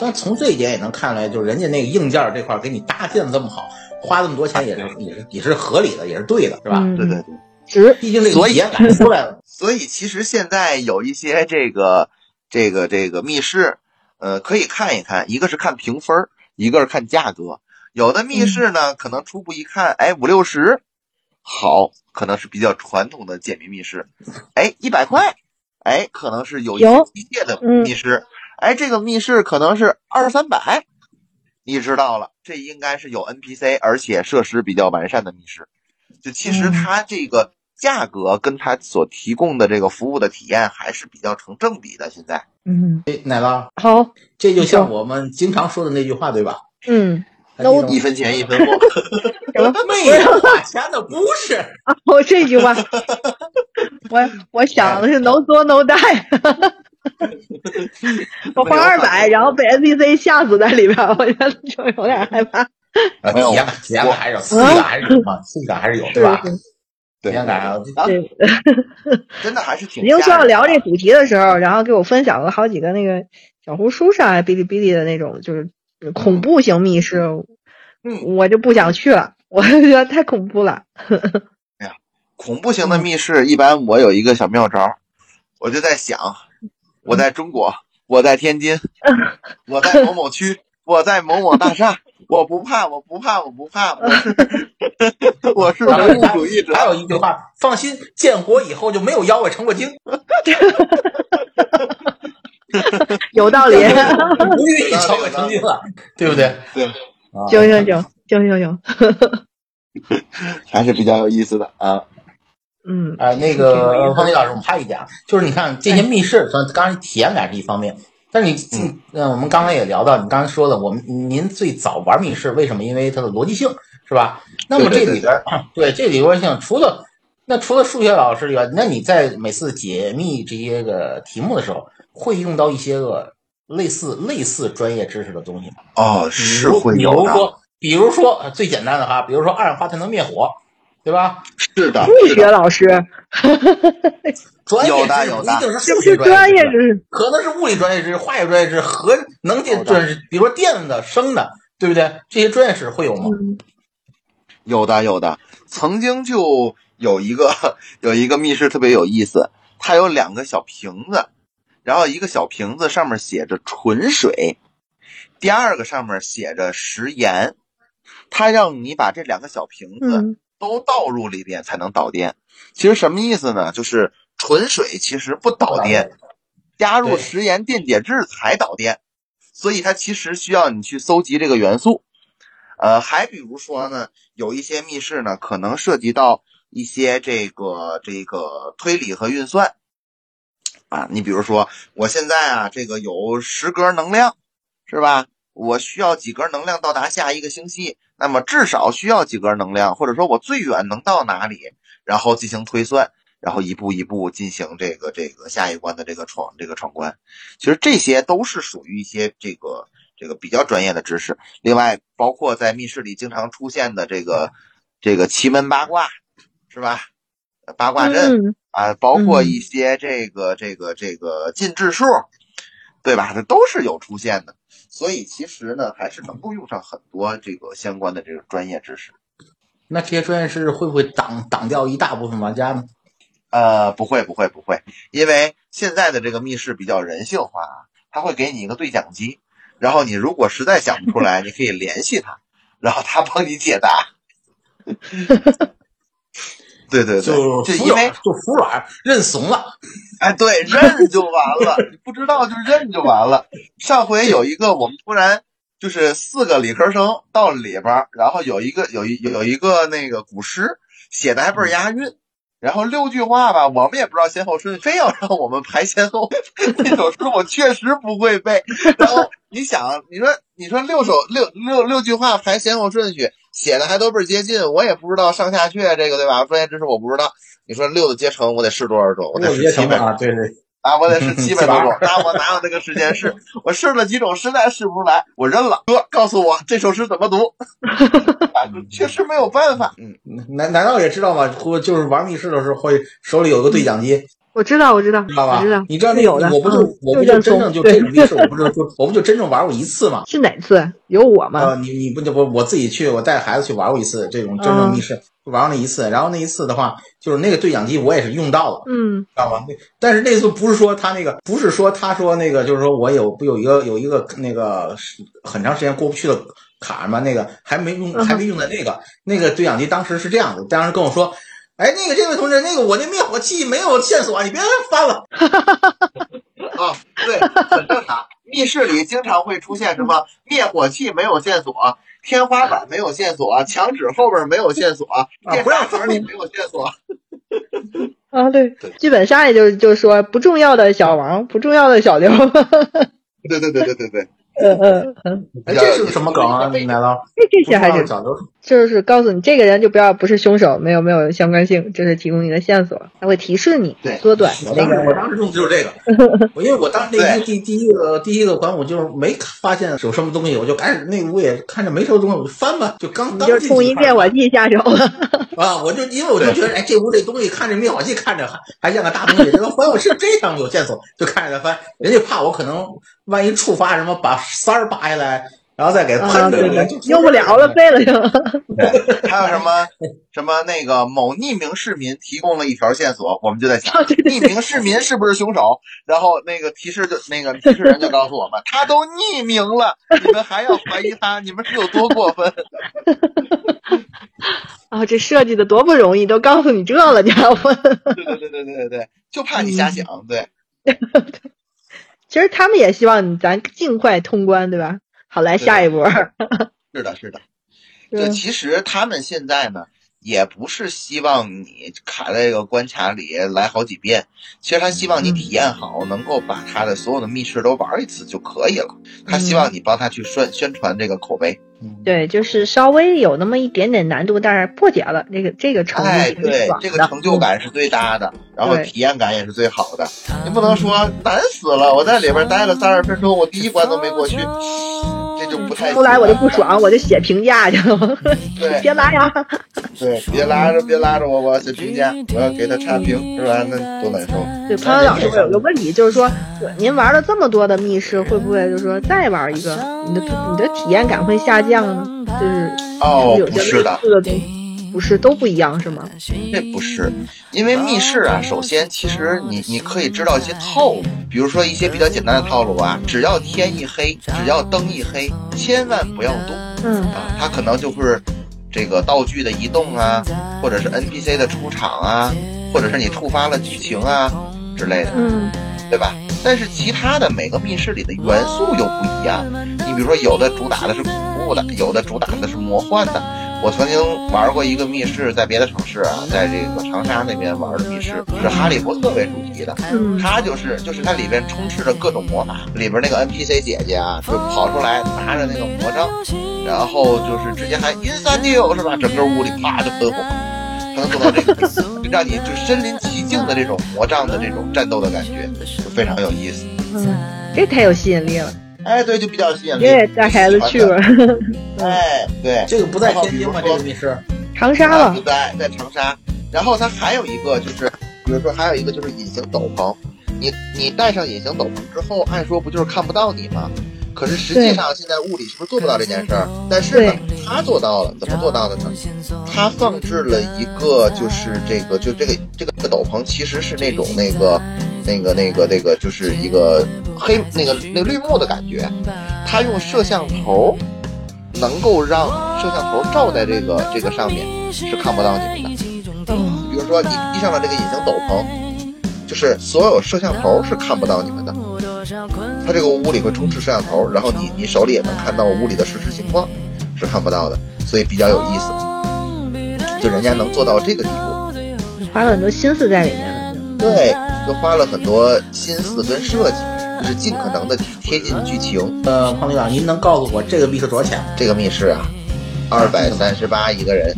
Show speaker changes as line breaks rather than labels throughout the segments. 但从这一点也能看出来，就是人家那个硬件这块儿给你搭建的这么好，花这么多钱也是也是也是合理的，也是对的，是吧？
嗯
对对对，
值
毕竟这
所
个
以
也赶出来了，
所以其实现在有一些这个这个这个密室，呃，可以看一看，一个是看评分儿，一个是看价格。有的密
嗯
室呢，可能初步一看，哎，五六十，好，可能是比较传统的解谜密室，哎，一百块，哎，可能是有一些
有
机械的
嗯
密室，哎，这个密室可能是二三百，你知道了，这应该是有 NPC，而且设施比较完善的密室。就其实
嗯
它这个价格跟它所提供的这个服务的体验还是比较成正比的。现在，
嗯，
奶酪，
好，
这就像我们经常说的那句话，对吧？
嗯，那我
一分钱一分 货，
没有花钱的不 是，
我哦这 句话，我我想的是能作 能带，我花二百，然后被 NPC 吓死在里边，我觉得就有点害怕。
啊
没有
体验感体验感还是有，刺激感还是有嘛，刺激感还是有，对吧？体验感啊，
啊，
对，
真的还是挺
您需
吓
要
人的
聊这主题的时候，然后给我分享了好几个那个小红书上啊、哔哩哔哩的那种，就是恐怖型密室，
嗯
我就不想去了，我就觉得太恐怖了。
恐怖型的密室。一般我有一个小妙招儿，我就在想，我在中国，我在天 津，我在某某区，我在某某大厦，我不怕，我不怕，我不怕，我是 我是
然后
唯物主义者。
还有一句话，放心，建国以后就没有妖怪成过 精，
有道理，
不允许妖怪成精了，对不对？
对
啊，
行行行行行行，
还是比较有意思的啊。
嗯
哎，那个方迪老师，我们还有一点啊，就是你看这些密室，咱刚才体验感是一方面，但是你嗯、呃我们刚才也聊到，你刚才说的，我们您最早玩密室，为什么？因为它的逻辑性是吧？那么这
对对对
里边儿对这里边儿像除了那除了数学老师以外，那你在每次解密这些个题目的时候，会用到一些个类似类似专业知识的东西吗？
哦，
比
是
如
会
比
有
如
的，
说，比如说呃最简单的哈，比如说二氧化碳能灭火，对吧？
是的，
数
是
学
的，
老师
专业知识
有的有
一
的
定是
是
数
不
学
是专业
知识
知识？
可能是物理专业知识、化学专业知识、核能
好
这
的
专业知识，比如说电的、声的，对不对？这些专业知识会有吗？
嗯
有的有的。曾经就有一个有一个密室特别有意思，它有两个小瓶子，然后一个小瓶子上面写着纯水，第二个上面写着食盐。它让你把这两个小瓶子
嗯
都倒入里边才能导电。其实什么意思呢？就是纯水其实不导电，加入
对
食盐电解质才导电，所以它其实需要你去搜集这个元素。呃，还比如说呢，有一些密室呢，可能涉及到一些这个这个推理和运算啊。你比如说，我现在啊，这个有十格能量，是吧？我需要几格能量到达下一个星系，那么至少需要几格能量，或者说我最远能到哪里，然后进行推算。然后一步一步进行这个这个下一关的这个闯这个闯关。其实这些都是属于一些这个这个比较专业的知识。另外，包括在密室里经常出现的这个这个奇门八卦，是吧？呃八卦阵、
嗯
啊，包括一些这个这个这个进制数，对吧？这都是有出现的。所以其实呢，还是能够用上很多这个相关的这个专业知识。
那这些专业知识会不会挡挡掉一大部分玩家呢？
呃，不会，不会，不会，因为现在的这个密室比较人性化，啊，它会给你一个对讲机，然后你如果实在想不出来，你可以联系他，然后他帮你解答。 对对
就
对，
服
因为
软，就服软，认怂了。
哎，对，认就完了，你不知道就认就完了。上回有一个，我们突然就是四个理科生到里边儿，然后有一个有一有一个那个古诗写的还倍儿押韵，然后六句话吧，我们也不知道先后顺序，非要让我们排先后。那首诗我确实不会背。然后你想，你说你说六首六六六句话排先后顺序，写的还都倍儿接近，我也不知道上下阙这个对吧？专业知识我不知道。你说六的阶乘，我得试多少种？我得
有一个
试
成
七
本
百
啊，对对，
啊，我得试七百多
七
种，那我哪有那个时间试？我试了几种，实在试不出来，我扔了。哥，告诉我这首诗怎 么读？啊，确实没有办法。嗯，
难难道也知道吗？或就是玩密室的时候会手里有个对讲机，
我知道，我知道，
知道
我
吧
知道？
你知道那
是有的
我不就
嗯
我不
就
就真
认怂
正就
对
这 种密室，我不就就我不就真正玩过一次吗？
是哪次？有我吗？
呃，你你不就不我自己去，我带孩子去玩过一次这种真正密室，
哦
玩过那一次。然后那一次的话，就是那个对讲机我也是用到了，
嗯
知道吗？那但是那次不是说他那个，不是说他说那个，就是说我有不有一个有一个那个是很长时间过不去的坎儿嘛，那个还没用
嗯哼
还没用的那个那个对讲机当时是这样的，当时跟我说。哎，那个这位同志，那个我那灭火器没有线索，你别翻了。
啊，对，很正常。密室里经常会出现什么灭火器没有线索，天花板没有线索，墙纸后边没有线索，电
啊不让
闸板里没有线索。
啊，对
对，
剧本杀也就是就是说不重要的小王，不重要的小刘，
对对对对对对，
嗯嗯嗯，
哎，这是什么梗啊？奶酪，
这这
不知
些还
道
是
讲究
就是告诉你这个人就不要不是凶手，没有没有相关性，就是提供你的线索，他会提示你
对
缩短
我
那
当时我
个。
当时用的就是这个， 我因为我当时那一第第一个第一个环我就是没发现有什么东西，我就开始那屋也看着没什么东西，我就翻吧，就刚
你
刚
就
进
冲
去
一
看
灭火器下手了，
啊，我就因为我就觉得哎这屋这东西看着灭火器看着还还像个大东西，这个环我是这样有线索，就看着它翻，人家怕我可能万一触发什么把塞儿拔下来，然后再给
啊，
喷出
对
来，
对
就，出
用不了了，废了就。
还有什么什么那个某匿名市民提供了一条线索，我们就在想
啊，对对
匿名市民是不是凶手？然后那个提示就那个提示人就告诉我们，他都匿名了，你们还要怀疑他，你们是有多过分？
啊，这设计的多不容易，都告诉你这了，你还要问？
对对对对对对对，就怕你瞎想。对，
其实他们也希望你咱尽快通关，对吧？好来
对
下一波。
是的，是的。就
嗯
其实他们现在呢，也不是希望你卡在这个关卡里来好几遍，其实他希望你
嗯
体验好，能够把他的所有的密室都玩一次就可以了。他希望你帮他去宣宣传这个口碑。
对，就是稍微有那么一点点难度，但是破解了，这个这个成就
哎，
挺
对
爽，
这个
的嗯
成就感是最大的，然后
对
体验感也是最好的。你不能说难死了，我在里边待了三十分钟，我第一关都没过去，这就不太行
出来我就不爽，我就写评价去了。
对
别拉
哎
呀！
对，别拉着别拉着我，我要写评价，我要给他差评，是吧？那多难受。
对，朋友
哎
老师有个问题，就是说，您玩了这么多的密室，会不会就是说再玩一个，你的你的体验感会下降呢？就是
哦
有，
不
些
是
类
的，
似的东西，不是都不一样是吗？
这不是，因为密室啊，首先其实你你可以知道一些套路，比如说一些比较简单的套路啊，只要天一黑，只要灯一黑，千万不要动
嗯
啊，它可能就是这个道具的移动啊，或者是 NPC 的出场啊，或者是你触发了剧情啊之类的。
嗯
对吧？但是其他的每个密室里的元素又不一样，你比如说有的主打的是恐怖的，有的主打的是魔幻的。我曾经玩过一个密室，在别的城市啊，在这个长沙那边玩的密室是哈利波特为主题的，
嗯
它就是就是它里边充斥着各种魔法，里边那个 NPC 姐姐啊，就跑出来拿着那个魔杖，然后就是直接喊 Insandio 是吧？整个屋里啪就喷火，才能做到这个就让你就身临其境的这种魔杖的这种战斗的感觉，就非常有意思。
嗯，这太有吸引力了，
哎，对，就比较有吸引
你
力。
也带孩子去吧，
哎，对，
这个不在天津吗？这个密室
长沙
啊
吧
不，在在长沙。然后它还有一个就是，比如说还有一个就是隐形斗篷，你你戴上隐形斗篷之后，按说不就是看不到你吗？可是实际上现在物理是不是做不到这件事儿？但是呢，他做到了，怎么做到的呢？他放置了一个就是这个就这个这个斗篷其实是那种那个那个那个那个就是一个黑那个那个绿幕的感觉，他用摄像头。能够让摄像头照在这个这个上面，是看不到你们的。比如说你披上了这个隐形斗篷，就是所有摄像头是看不到你们的。它这个屋里会充斥摄像头，然后你你手里也能看到屋里的实时情况，是看不到的，所以比较有意思。就人家能做到这个地步，
花了很多心思在里面了。
对，又花了很多心思跟设计，就是尽可能的贴近剧情。
呃，胖队长，您能告诉我这个密室多少钱？
这个密室啊，二百三十八一个人，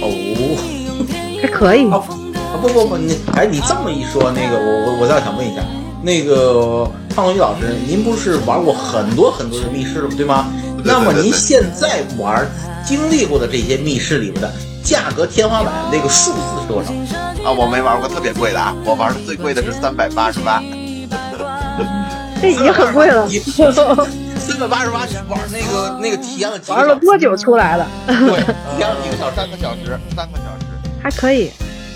哦，
还可以，
哦，啊不不不，你哎，你这么一说，那个我我我倒想问一下，那个胖东宇老师，您不是玩过很多很多的密室对吗？
对
那么
对
您
对
现在玩经历过的这些密室里面的价格天花板那个数字是多少？
啊，我没玩过特别贵的啊，我玩的最贵的是三百八十八。
这已经很贵了。
你三百八十八，玩那个那个体验了
啊
几个
玩
小
了
时？
多久出来了？
对，体验了几个小时，三个小时，三个小时。
还可以，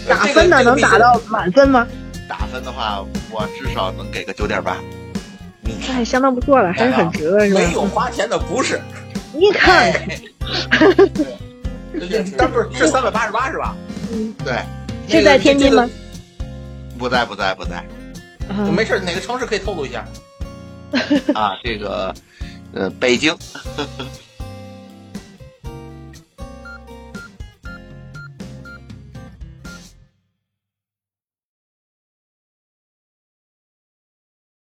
打
呃这个
分呢
这个
能
密室
打到满分吗？
打分的话，我至少能给个九点八。
那还哎相当不错了，还是很值的，是吧？
没有哎花钱的不是，
你看看，
这这不是是三百八十八是吧？
对，
这在天津吗？
不在不在不在
啊
没事，哪个城市可以透露一下？
啊，这个呃，北京